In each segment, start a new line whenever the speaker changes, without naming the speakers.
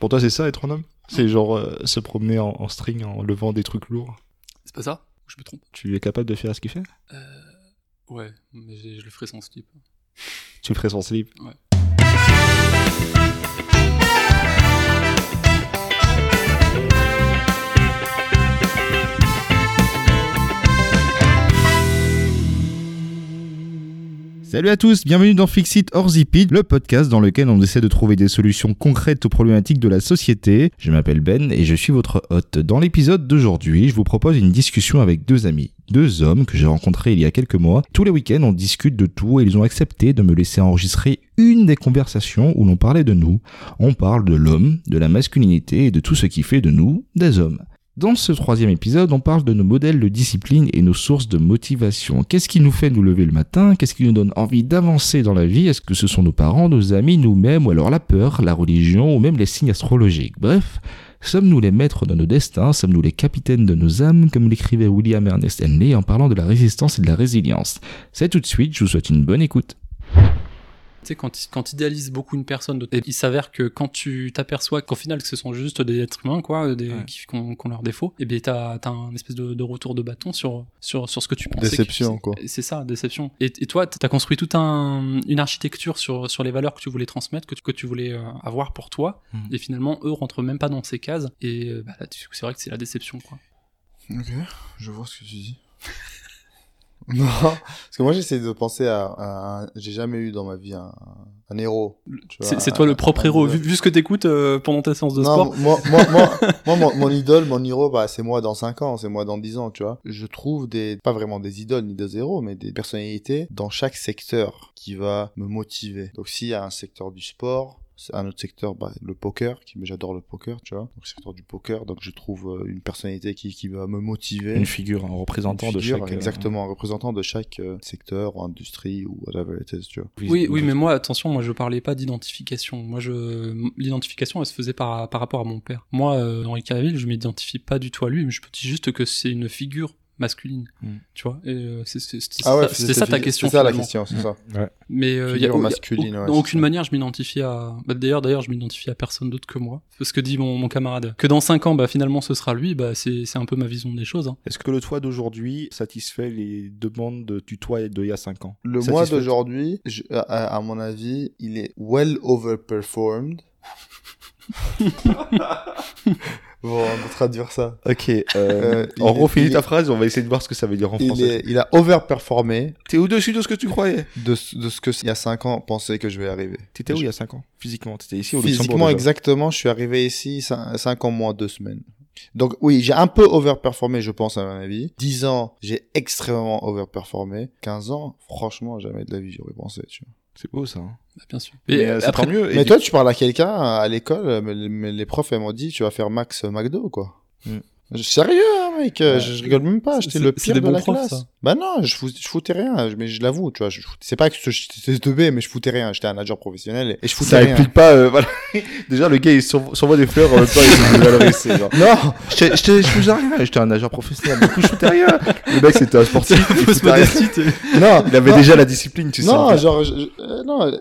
Pour toi, c'est ça être un homme C'est genre euh, se promener en, en string en levant des trucs lourds.
C'est pas ça Je me trompe
Tu es capable de faire ce qu'il fait
Euh, Ouais, mais je, je le ferai sans slip.
Tu le ferais sans slip
Ouais.
Salut à tous, bienvenue dans Fixit or Zip It, le podcast dans lequel on essaie de trouver des solutions concrètes aux problématiques de la société. Je m'appelle Ben et je suis votre hôte. Dans l'épisode d'aujourd'hui, je vous propose une discussion avec deux amis, deux hommes que j'ai rencontrés il y a quelques mois. Tous les week-ends, on discute de tout et ils ont accepté de me laisser enregistrer une des conversations où l'on parlait de nous. On parle de l'homme, de la masculinité et de tout ce qui fait de nous des hommes. Dans ce troisième épisode, on parle de nos modèles de discipline et nos sources de motivation. Qu'est-ce qui nous fait nous lever le matin Qu'est-ce qui nous donne envie d'avancer dans la vie Est-ce que ce sont nos parents, nos amis, nous-mêmes, ou alors la peur, la religion, ou même les signes astrologiques Bref, sommes-nous les maîtres de nos destins Sommes-nous les capitaines de nos âmes Comme l'écrivait William Ernest Henley en parlant de la résistance et de la résilience. C'est tout de suite, je vous souhaite une bonne écoute.
Tu sais, quand, quand idéalises beaucoup une personne, et il s'avère que quand tu t'aperçois qu'au final, que ce sont juste des êtres humains, quoi, des,
Ouais.
qui, qui ont, qui ont leurs défauts, et bien t'as, t'as un espèce de, de retour de bâton sur, sur, sur ce que tu pensais. que-
Déception, quoi.
C'est ça, déception. Et, et toi, t'as construit toute un, une architecture sur, sur les valeurs que tu voulais transmettre, que tu, que tu voulais euh, avoir pour toi,
Mm.
et finalement, eux rentrent même pas dans ces cases, et euh, bah, là, tu- c'est vrai que c'est la déception, quoi.
Ok, je vois ce que tu dis. non, parce que moi j'essaie de penser à, à un- j'ai jamais eu dans ma vie un, un héros. tu vois,
C'est, c'est toi le
un-
propre
un
héros.
idole.
Vu, vu ce que t'écoutes euh, pendant ta séance de
Non,
sport,
moi, moi, moi, moi, mon, mon idole, mon héros, bah, c'est moi dans 5 ans, c'est moi dans 10 ans, tu vois. Je trouve des, pas vraiment des idoles ni des héros, mais des personnalités dans chaque secteur qui va me motiver. Donc s'il y a un secteur du sport, c'est un autre secteur, bah, le poker, qui, mais j'adore le poker, tu vois. Donc secteur du poker, donc je trouve euh, une personnalité qui, qui va me motiver.
Une figure, un représentant
Une
de
figure,
chaque. euh,
Exactement, un représentant de chaque euh, secteur ou industrie ou whatever it is, tu vois.
Oui, oui, mais moi, attention, moi, je parlais pas d'identification. Moi, je, l'identification, elle se faisait par, par rapport à mon père. Moi, euh, Henri Cavill, je m'identifie pas du tout à lui, mais je peux dire juste que c'est une figure masculine.
Mm.
Tu vois, et, euh, c'est, c'est- c'est
Ah ouais,
ça, c'était ça ta
fi-
question.
C'est ça la
finalement.
question, c'est
Mm.
ça.
Mais euh, y a,
Figure
y a-
masculine,
au-
ouais,
dans
c'est
aucune
ça.
manière, je m'identifie à. Bah, d'ailleurs, d'ailleurs, je m'identifie à personne d'autre que moi. Ce que dit mon, mon camarade. Que dans 5 ans, bah, finalement, ce sera lui. Bah, c'est, c'est un peu ma vision des choses. hein.
Est-ce que le toit d'aujourd'hui satisfait les demandes de- du toit d'il y a 5 ans
Le
Satisfait-
mois d'aujourd'hui, je- à, à- à mon avis, il est well overperformed. bon, on peut traduire ça.
Ok, euh,
Euh, il
en
est-
gros, finis
il
ta
est-
phrase, on va essayer de voir ce que ça veut dire en
Il,
français.
est, il a overperformé
T'es au-dessus de ce que tu croyais
de, ce- de ce que il y a 5 ans pensait que je vais arriver.
T'étais où il y a 5 ans Physiquement, t'étais ici au
Physiquement,
Luxembourg déjà.
exactement, je suis arrivé ici 5 ans moins 2 semaines. Donc oui, j'ai un peu overperformé, je pense, à mon avis. 10 ans, j'ai extrêmement overperformé. 15 ans, franchement, jamais de la vie, j'aurais pensé. Tu vois.
C'est beau ça. hein.
Bah, bien sûr.
Mais,
Et
euh, c'est
après,
tant mieux. Et
Mais
du-
toi, tu parles à quelqu'un euh, à l'école, mais, mais les profs, elles m'ont dit, tu vas faire max euh, McDo, quoi.
Mm.
Je- Sérieux, hein, mec,
Ouais.
je, je rigole même pas,
C'est-
j'étais le
c'est- c'est
pire
des
de
bons
la
profs,
classe.
ça.
Bah non, je, fous- je foutais rien, je- mais je l'avoue, tu vois, je, je foutais- c'est pas que j'étais teubé, mais je foutais rien, j'étais un nageur professionnel et, et je foutais
ça
rien.
implique pas. euh, voilà. Déjà, le gars, il s'envo- s'envoie des fleurs en même temps, il se dévalorise. c'est genre.
Non,
J'étais- J'étais, je faisais rien, j'étais un nageur professionnel, du coup je foutais rien. Le mec c'était un sportif, il foutait rien.
non,
Il avait
non.
déjà la discipline, tu
non,
sais.
genre, je- je- euh, non, euh,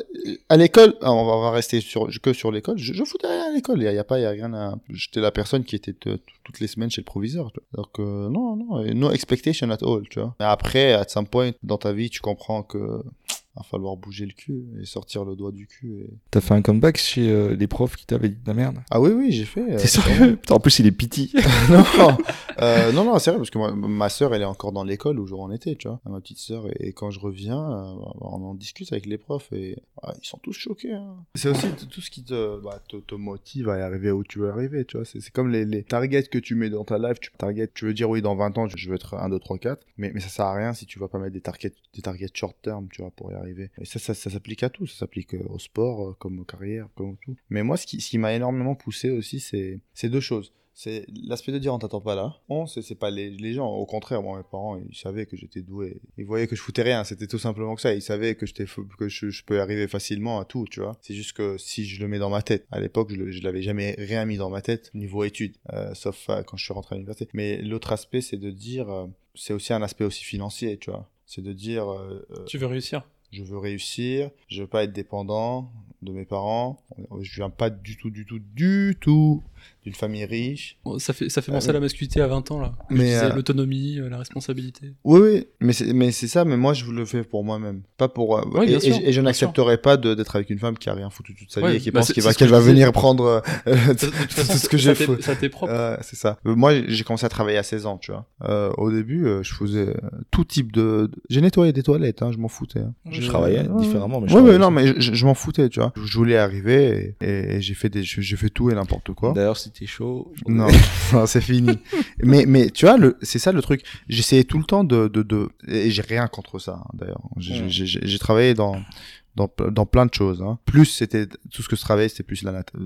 à l'école, ah, on va, on va rester sur, que sur l'école. Je, je foutais rien à l'école. Il y a, il y a pas, il y a rien à. J'étais la personne qui était euh, tout- toutes les semaines chez le proviseur. tu vois. Donc euh, non, non, et no expectation at all, tu vois. Mais après, at some point dans ta vie, tu comprends que va falloir bouger le cul et sortir le doigt du cul. et-
T'as fait un comeback chez euh, les profs qui t'avaient dit de la merde.
Ah oui, oui, j'ai fait. euh,
T'es sérieux Putain, en plus il est piti.
non, euh, non, non, sérieux, parce que moi, ma sœur, elle est encore dans l'école où j'en étais, tu vois, ma petite sœur, et, et quand je reviens, euh, on en discute avec les profs et ah, ils sont tous choqués. hein. C'est aussi t- tout ce qui te, bah, te, te motive à arriver où tu veux arriver, tu vois. C'est c'est comme les, les targets que tu mets dans ta life, tu target, tu veux dire oui, dans 20 ans, je veux être 1, 2, 3, 4, mais, mais ça sert à rien si tu vas pas mettre des targets, des targets short term, tu vois, pour y arriver. Et ça, ça, ça s'applique à tout, ça s'applique euh, au sport, euh, comme aux carrières, comme tout. Mais moi, ce qui, ce qui m'a énormément poussé aussi, c'est c'est deux choses c'est l'aspect de dire on t'attend pas là. On, c'est c'est pas les, les gens. Au contraire, moi, mes parents, ils savaient que j'étais doué. Ils voyaient que je foutais rien. C'était tout simplement que ça. Ils savaient que, j'étais fou- que je, je peux arriver facilement à tout, tu vois. C'est juste que si je le mets dans ma tête, à l'époque, je, le- je l'avais jamais rien mis dans ma tête niveau études, euh, sauf euh, quand je suis rentré à l'université. Mais l'autre aspect, c'est de dire, euh, c'est aussi un aspect aussi financier, tu vois. C'est de dire, euh, euh,
tu veux réussir.
je veux réussir, je veux pas être dépendant de mes parents, je viens pas du tout, du tout, du tout d'une famille riche.
Bon, Ça fait, ça fait penser à la masculinité à 20 ans, là. Je
Ah Mais,
disais
euh,
l'autonomie, euh, la responsabilité.
Oui, oui, mais c'est, mais c'est ça, mais moi je le fais pour moi-même, pas pour. euh,
Ouais,
et,
bien
et
sûr,
je- et je
bien
n'accepterai pas de- d'être avec une femme qui a rien foutu toute sa
Ouais,
vie et qui
bah,
pense
c'est-
qu'il
c'est
va,
ce
qu'elle
que
va
je disais.
venir prendre euh,
De toute façon,
tout ce que
ça
j'ai
t'est-
fait.
Ça t'est propre.
Ouais, c'est ça. Euh, Moi, j'ai commencé à travailler à 16 ans, tu vois. Euh, au début, euh, je faisais euh, tout type de. de- J'ai nettoyé des toilettes, hein, je m'en foutais. hein.
Je travaillais
Ouais.
différemment, mais je
ouais,
travaillais
ouais, non, mais je, je m'en foutais, tu vois. Je voulais arriver et, et- et j'ai fait des, j'ai j'ai fait tout et n'importe quoi.
D'ailleurs, si t'es chaud. je-
Non, non, c'est fini. mais, mais tu vois, le, c'est ça le truc. J'essayais tout le temps de, de, de et j'ai rien contre ça, hein, d'ailleurs. J'ai,
Ouais.
j'ai- j'ai- j'ai travaillé dans, dans, ple- dans plein de choses. hein. Plus c'était tout ce que je travaillais, c'était plus la natation.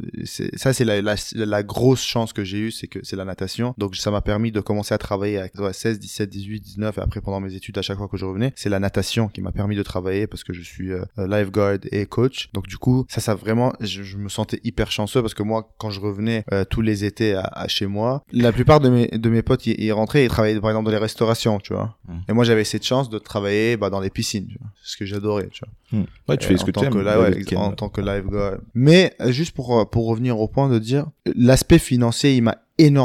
Ça, c'est la, la, la grosse chance que j'ai eue, c'est que c'est la natation. Donc ça m'a permis de commencer à travailler à ouais, 16, 17, 18, 19 et après pendant mes études à chaque fois que je revenais, c'est la natation qui m'a permis de travailler parce que je suis euh, lifeguard et coach. Donc du coup, ça, ça vraiment, je, je me sentais hyper chanceux parce que moi, quand je revenais euh, tous les étés à, à chez moi, la plupart de mes de mes potes, ils, ils rentraient, ils travaillaient par exemple dans les restaurations, tu vois.
Mm.
Et moi, j'avais cette chance de travailler bah, dans les piscines, tu vois. C'est ce que j'adorais, tu vois.
Hmm. Ouais, tu fais
Euh,
ce
en
que
tant
t'aimes.
là,
le
ouais,
week-end.
en tant que live guy. Mais euh, juste pour euh, pour revenir au point de dire, euh, l'aspect financier, il m'a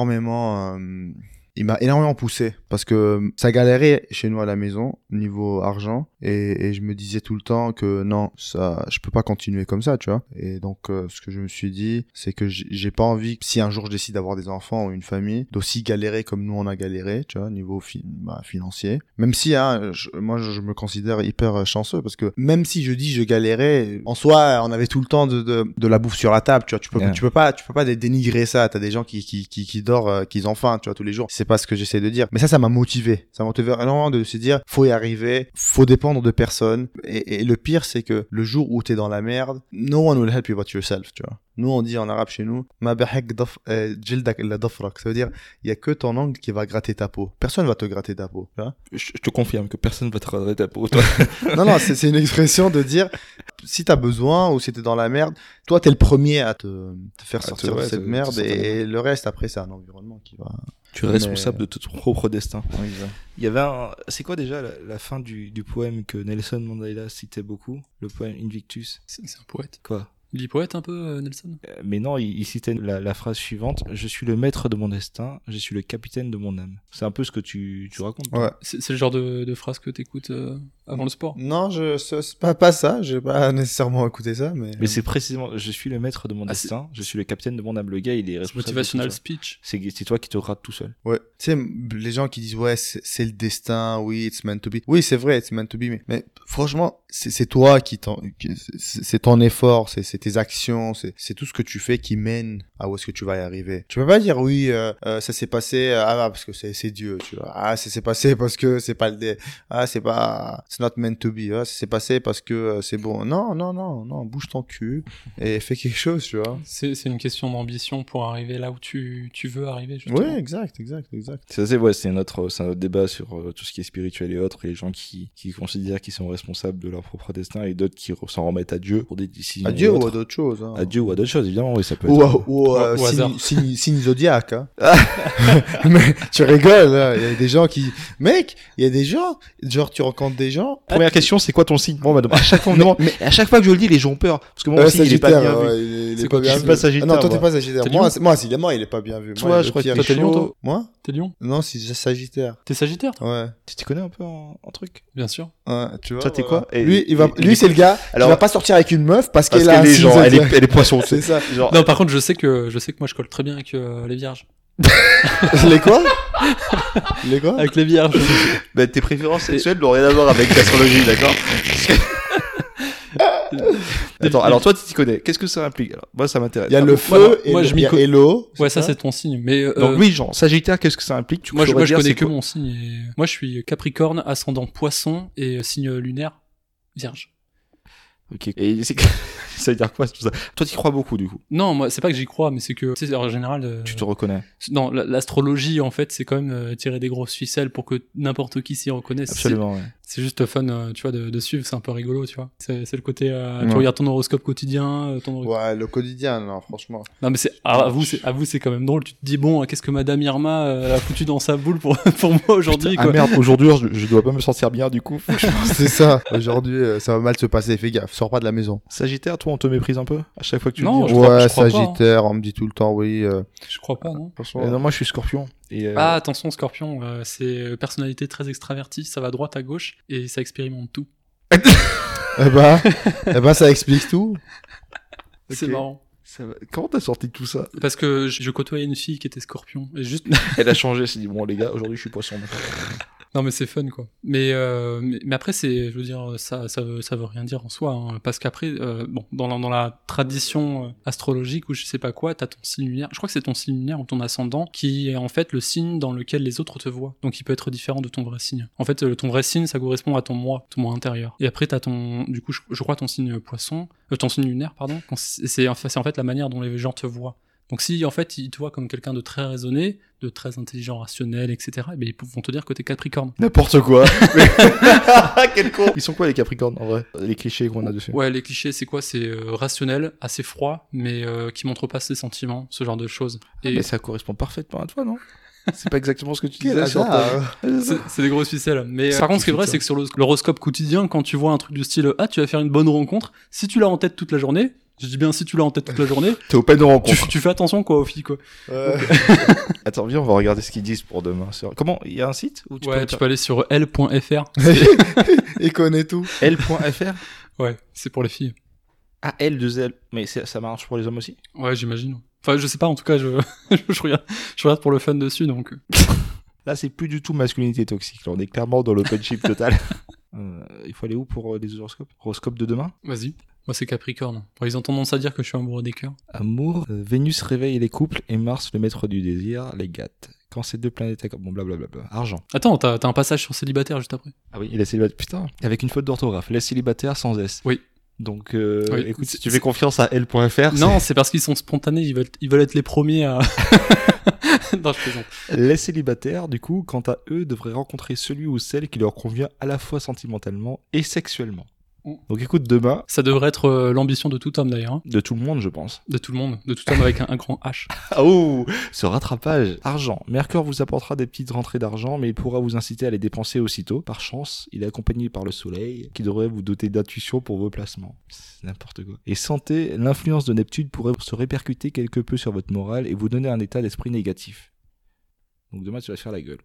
énormément euh, il m'a énormément poussé parce que euh, ça galérait chez nous à la maison niveau argent et, et je me disais tout le temps que non ça je peux pas continuer comme ça tu vois et donc euh, ce que je me suis dit c'est que j'ai- j'ai pas envie si un jour je décide d'avoir des enfants ou une famille d'aussi galérer comme nous on a galéré tu vois niveau fi- bah, financier même si hein, je- moi je, je me considère hyper euh, chanceux parce que même si je dis je galérais en soi on avait tout le temps de, de, de la bouffe sur la table tu vois tu peux
Ouais.
tu peux pas tu peux pas dé- dénigrer ça t'as des gens qui qui qui, qui dorment euh, qui ont faim tu vois tous les jours c'est pas ce que j'essaie de dire mais ça ça m'a motivé ça m'a motivé énormément de se dire faut y arriver faut dépendre de personne et, et le pire c'est que le jour où t'es dans la merde no one will help you but yourself tu vois nous on dit en arabe chez nous ma bahak daf- euh, jildak illa dafrak ça veut dire il y a que ton ongle qui va gratter ta peau personne va te gratter ta peau tu vois
Je, je te confirme que personne va te redresser ta peau. toi.
non, non, c'est c'est une expression de dire si t'as besoin ou si t'es dans la merde, toi t'es le premier à te, te faire
À te-
sortir
ouais,
de cette
te-
merde
te
et,
sortir de la
et le reste après c'est un environnement qui va.
tu es responsable de ton propre destin.
exact.
Il y avait un. C'est quoi déjà la, la fin du, du poème que Nelson Mandela citait beaucoup Le poème Invictus
C'est c'est un poète.
Quoi
Il est poète un peu, euh, Nelson
Euh, Mais non, il, il citait la, la phrase suivante Je suis le maître de mon destin, je suis le capitaine de mon âme. C'est un peu ce que tu, tu racontes. toi.
Ouais.
C'est c'est le genre de, de phrase que t'écoutes euh, avant le sport.
Non, je c'est c'est pas pas ça. J'ai pas nécessairement écouté ça, mais.
Mais c'est précisément Je suis le maître de mon
Ah, c'est-
destin, je suis le capitaine de mon âme. Le gars, il est
C'est
responsable. de tout
motivational
ça.
speech.
C'est c'est toi qui te rates tout seul.
Ouais. Tu sais, les gens qui disent ouais, c'est c'est le destin, oui, it's meant to be. Oui, c'est vrai, it's meant to be, mais, mais franchement, c'est c'est toi qui t'en, qui- c'est c'est ton effort, c'est c'est tes actions, c'est c'est tout ce que tu fais qui mène à où est-ce que tu vas y arriver. Tu peux pas dire oui, euh, euh, ça s'est passé, euh, ah bah, parce que c'est c'est Dieu, tu vois. Ah, ça s'est passé parce que c'est pas le dé, ah c'est pas, it's not meant to be, ah, ça s'est passé parce que euh, c'est bon. Non, non, non, non, bouge ton cul et fais quelque chose, tu vois.
C'est c'est une question d'ambition pour arriver là où tu, tu veux arriver. justement.
Ouais, exact, exact, exact.
Ça, c'est ouais, c'est notre, c'est un autre débat sur euh, tout ce qui est spirituel et autres, et les gens qui, qui considèrent qu'ils sont responsables de leur propre destin, et d'autres qui re- s'en remettent à Dieu pour des décisions.
Adieu ou
autres.
à d'autres choses. hein.
À Dieu ou à d'autres choses, évidemment, oui, ça peut
Ou,
être.
à- ou, euh,
Au- au hasard.
signe, signe, signe zodiaque. Hein. mais tu rigoles, hein, il y a des gens qui... Mec, il y a des gens, genre tu rencontres des gens... bah,
Première question, c'est quoi ton signe Bon, madame, à chaque fois, on me demande- mais à chaque fois que je le dis, les gens ont peur. Parce que moi
Euh,
aussi, il est pas bien
Sagittaire,
vu.
ouais, il est- il est
C'est
pas
quoi,
bien
je suis
vu.
pas Sagittaire,
Ah non, toi t'es
moi.
pas Sagittaire.
T'es
Moi,
Lion
c'est- moi, Silamant, il est pas bien vu.
Toi,
Moi, le
je crois que
pire
t'es- t'es
chaud.
Lion, toi
Moi
T'es lion
Non, c'est Sagittaire.
T'es sagittaire, toi
Ouais.
Tu t'y connais un peu en, en truc
Bien sûr.
ouais tu vois,
Toi, t'es
voilà.
quoi Et-
Lui, il va...
et-
lui c'est le gars
Alors-
qui va pas sortir avec une meuf parce
Parce
qu'elle a
qu'elle
un
est
signe
genre, elle est,
zodiac.
elle est poisson, tu
C'est
sais.
ça.
Genre,
Non, par contre, je sais que, je sais que moi, je colle très bien avec euh, les vierges.
Les quoi Les
Ah,
quoi
Avec les vierges.
bah, tes préférences sexuelles n'ont rien à voir avec l'astrologie, d'accord Attends, alors toi, tu t'y connais. Qu'est-ce que ça implique alors, ah, Moi, ça m'intéresse.
Il y a le
moi,
feu et
moi,
le-
je m'y
il y a
co-
et l'eau.
ouais, ça, c'est ton signe. Mais euh,
Donc, oui, genre, Sagittaire, qu'est-ce que ça implique Tu
moi, je,
pourrais
moi, je
dire,
connais
c'est
que
quoi
mon signe. et- Moi, je suis Capricorne, ascendant Poisson et euh, signe lunaire Vierge.
Ok. Et c'est ça veut dire quoi c'est tout ça Toi, tu crois beaucoup du coup.
Non, moi, c'est pas que j'y crois, mais c'est que, tu sais, en général. euh,
Tu te reconnais.
Non, la- l'astrologie, en fait, c'est quand même euh, tirer des grosses ficelles pour que n'importe qui s'y reconnaisse.
Absolument. ouais.
C'est- C'est juste fun, euh, tu vois, de, de suivre, c'est un peu rigolo, tu vois. C'est c'est le côté, euh,
Ouais.
tu regardes ton horoscope quotidien, euh, ton horoscope-
Ouais, le quotidien, non, franchement.
Non, mais c'est, ah, à, à vous, c'est, à vous, c'est quand même drôle. Tu te dis, bon, qu'est-ce que Madame Irma euh, a foutu dans sa boule pour, pour moi aujourd'hui,
Ah
quoi.
merde, aujourd'hui, je, je dois pas me sentir bien du coup.
C'est ça. Aujourd'hui, euh, ça va mal se passer. Fais gaffe, sors pas de la maison.
Sagittaire, toi, on te méprise un peu à chaque fois que tu
Non,
le dis.
je crois-
ouais,
je crois pas, hein.
Sagittaire, on me dit tout le temps, oui. euh,
Je crois pas, non.
franchement,
Euh, non, moi, je suis Scorpion. Et, euh,
Ah, attention, Scorpion, euh, c'est euh, personnalité très extravertie, ça va à droite à gauche et ça expérimente tout.
eh ben, eh ben, ça explique tout.
C'est
Ok.
marrant.
ça va- Comment t'as sorti tout ça
Parce que je, je côtoyais une fille qui était Scorpion. Et juste,
Elle a changé. Elle s'est dit bon les gars, aujourd'hui, je suis poisson.
Non mais c'est fun quoi. Mais, euh, mais mais après c'est je veux dire ça ça veut, ça veut rien dire en soi hein, parce qu'après euh, bon dans la, dans la tradition euh, astrologique ou je sais pas quoi t'as ton signe lunaire je crois que c'est ton signe lunaire ou ton ascendant qui est en fait le signe dans lequel les autres te voient donc il peut être différent de ton vrai signe. En fait euh, ton vrai signe ça correspond à ton moi ton moi intérieur et après t'as ton du coup je, je crois ton signe poisson euh, ton signe lunaire pardon Quand c'est c'est en fait c'est en fait la manière dont les gens te voient donc si en fait ils te voient comme quelqu'un de très raisonné, de très intelligent, rationnel, etc., eh bien, ils vont te dire que t'es Capricorne.
N'importe quoi. Quel con. Ils sont quoi les Capricornes en vrai Les clichés qu'on a dessus.
Ouais, les clichés, c'est quoi C'est euh, rationnel, assez froid, mais euh, qui montre pas ses sentiments, ce genre de choses. Et
Mais ça correspond parfaitement à toi, non C'est pas exactement ce que tu
Quel
disais. sur ta-
hasard.
c'est c'est des grosses ficelles. Mais euh,
C'est
par contre, ce qui est vrai,
ça.
c'est que sur l'horoscope- l'horoscope quotidien, quand tu vois un truc du style Ah, tu vas faire une bonne rencontre, si tu l'as en tête toute la journée, je dis bien si tu l'as en tête toute la journée,
T'es au peine de
tu,
rencontre.
tu fais attention quoi aux filles quoi.
Ouais.
Attends, viens, on va regarder ce qu'ils disent pour demain. sur- Comment Il y a un site où tu
ouais,
peux
tu peux aller sur l.fr.
Il connaît tout.
L.fr
Ouais, c'est pour les filles.
Ah, L2L. Mais c'est- ça marche pour les hommes aussi
Ouais, j'imagine. Enfin, je sais pas, en tout cas, je, je, regarde, je regarde pour le fun dessus donc. euh.
Là, c'est plus du tout masculinité toxique. Là, on est clairement dans l'openship total. Euh, il faut aller où pour euh, les horoscopes Horoscope de demain
Vas-y. Moi, c'est Capricorne. Bon, ils ont tendance à dire que je suis amoureux des cœurs.
Amour, euh, Vénus réveille les couples et Mars, le maître du désir, les gâte. Quand ces deux planètes accord- Bon, blablabla. Argent.
Attends, t'as t'as un passage sur célibataire juste après.
Ah oui, il est célibataire. Putain. Avec une faute d'orthographe. Les célibataires sans S.
Oui.
Donc, euh,
Oui.
écoute, si tu
C'est-
fais confiance à L.fr,
Non, c'est parce qu'ils sont spontanés, ils veulent, ils veulent être les premiers à. non, je plaisante.
Les célibataires, du coup, quant à eux, devraient rencontrer celui ou celle qui leur convient à la fois sentimentalement et sexuellement.
Mm.
Donc écoute, demain,
Ça devrait être euh, l'ambition de tout homme d'ailleurs, hein.
de tout le monde, je pense.
de tout le monde, de tout homme avec un, un grand H.
Ah, Oh, ce rattrapage Argent. Mercure vous apportera des petites rentrées d'argent, mais il pourra vous inciter à les dépenser aussitôt. Par chance, il est accompagné par le soleil, qui devrait vous doter d'intuition pour vos placements. C'est n'importe quoi. Et santé, l'influence de Neptune pourrait se répercuter quelque peu sur votre morale et vous donner un état d'esprit négatif. Donc demain, tu vas te faire la gueule.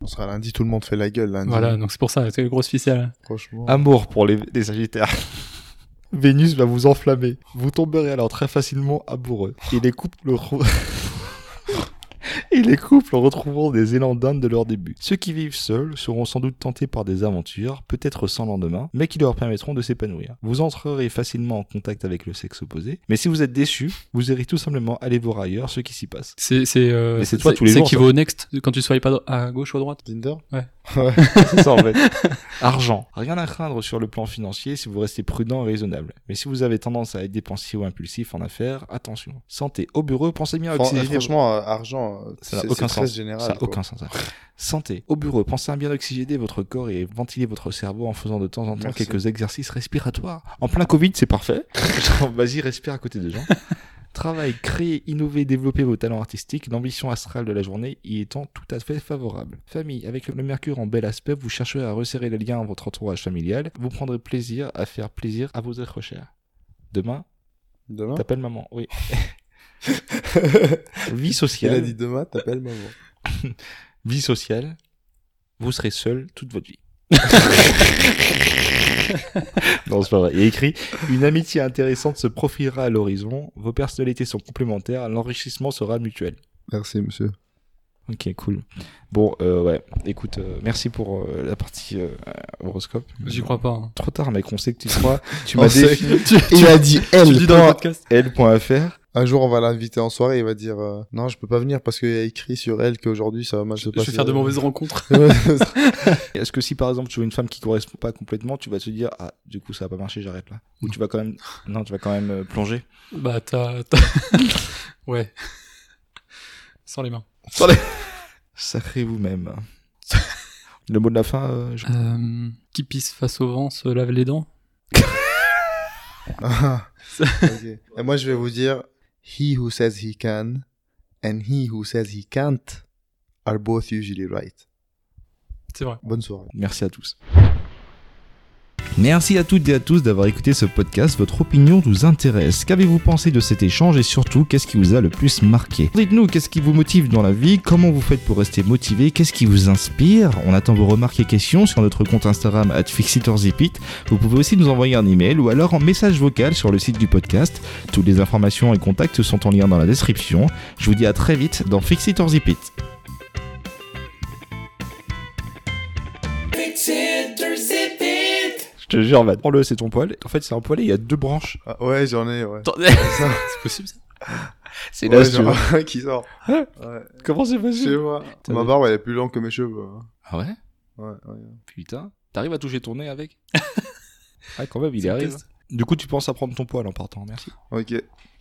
On sera lundi, tout le monde fait la gueule lundi.
Voilà, donc c'est pour ça, c'est les grosses ficelles.
Franchement.
Amour pour les, les Sagittaires. Vénus va vous enflammer. Vous tomberez alors très facilement amoureux. Et les couples re- Et les couples retrouveront des élans d'âme de leur début. Ceux qui vivent seuls seront sans doute tentés par des aventures, peut-être sans lendemain, mais qui leur permettront de s'épanouir. Vous entrerez facilement en contact avec le sexe opposé, mais si vous êtes déçu, vous irez tout simplement aller voir ailleurs ce qui s'y passe.
C'est c'est euh,
Mais c'est toi tous les
c'est
jours,
qui
ça.
va au next quand tu swipes à, dro- à gauche ou à droite.
Tinder
C'est ça en fait. Argent. Rien à craindre sur le plan financier si vous restez prudent et raisonnable. Mais si vous avez tendance à être dépensier ou impulsif en affaires, attention. Santé. Au bureau, pensez bien à
Fran-
oxygéner.
Franchement, euh, argent, euh,
Ah, Ça n'a
c'est
aucun
c'est très
sens.
général.
ça n'a
quoi.
aucun sens. ça. Santé. Au bureau, pensez à bien oxygéner votre corps et ventiler votre cerveau en faisant de temps en temps
Merci.
quelques exercices respiratoires. En plein Covid, c'est parfait. Genre, Vas-y, respire à côté des gens. Travail, créer, innover, développer vos talents artistiques, l'ambition astrale de la journée y étant tout à fait favorable. Famille, avec le mercure en bel aspect, vous chercherez à resserrer les liens à votre entourage familial, vous prendrez plaisir à faire plaisir à vos êtres chers. Demain,
Demain
t'appelles maman, oui. Vie
Il a
sociale,
dit demain, t'appelles maman.
vie sociale, vous serez seul toute votre vie. non, c'est pas vrai. Il y a écrit Une amitié intéressante se profilera à l'horizon, vos personnalités sont complémentaires, l'enrichissement sera mutuel.
Merci, monsieur.
Ok, cool. Bon, euh, ouais. Écoute, euh, merci pour euh, la partie euh, horoscope.
J'y crois pas. hein.
Trop tard, mec. On sait que tu crois. tu
On
m'as
sait
défini.
que tu-
Tu as dit
Tu dis dans le
L.fr.
podcast.
L.fr.
Un jour, on va l'inviter en soirée, il va dire euh, Non, je peux pas venir parce qu'il y a écrit sur elle qu'aujourd'hui ça va mal se
Je
passer.
vais faire de mauvaises rencontres.
Est-ce que si par exemple tu vois une femme qui correspond pas complètement, tu vas te dire ah du coup ça va pas marcher, j'arrête là. Ou tu vas quand même non, tu vas quand même euh, plonger.
bah, t'as. t'as- ouais. Sans les mains.
Sacrez vous-même. Le mot de la fin. euh, je-
Euh, qui pisse face au vent se lave les dents
Ah, ok. Et moi, je vais vous dire He who says he can and he who says he can't are both usually right.
C'est vrai.
Bonne soirée.
Merci à tous. Merci à toutes et à tous d'avoir écouté ce podcast. Votre opinion nous intéresse. Qu'avez-vous pensé de cet échange et surtout, qu'est-ce qui vous a le plus marqué Dites-nous qu'est-ce qui vous motive dans la vie, comment vous faites pour rester motivé, qu'est-ce qui vous inspire. On attend vos remarques et questions sur notre compte Instagram @fixitorZipit. Vous pouvez aussi nous envoyer un email ou alors en message vocal sur le site du podcast. Toutes les informations et contacts sont en lien dans la description. Je vous dis à très vite dans Fix It or Zip It. Je te jure, va prends-le, c'est ton poil. En fait, c'est un poil et il y a deux branches.
Ah, ouais, j'en ai, ouais.
C'est possible ça
C'est
Ouais, j'en ai un qui sort. Ouais,
Comment c'est
je sais pas.
T'as
Ma
vu.
barbe, elle est plus longue que mes cheveux. hein.
Ah ouais
Ouais, ouais.
Putain. T'arrives à toucher ton nez avec Ah, quand même,
C'est le test.
Du coup, tu penses à prendre ton poil en partant, merci.
Ok.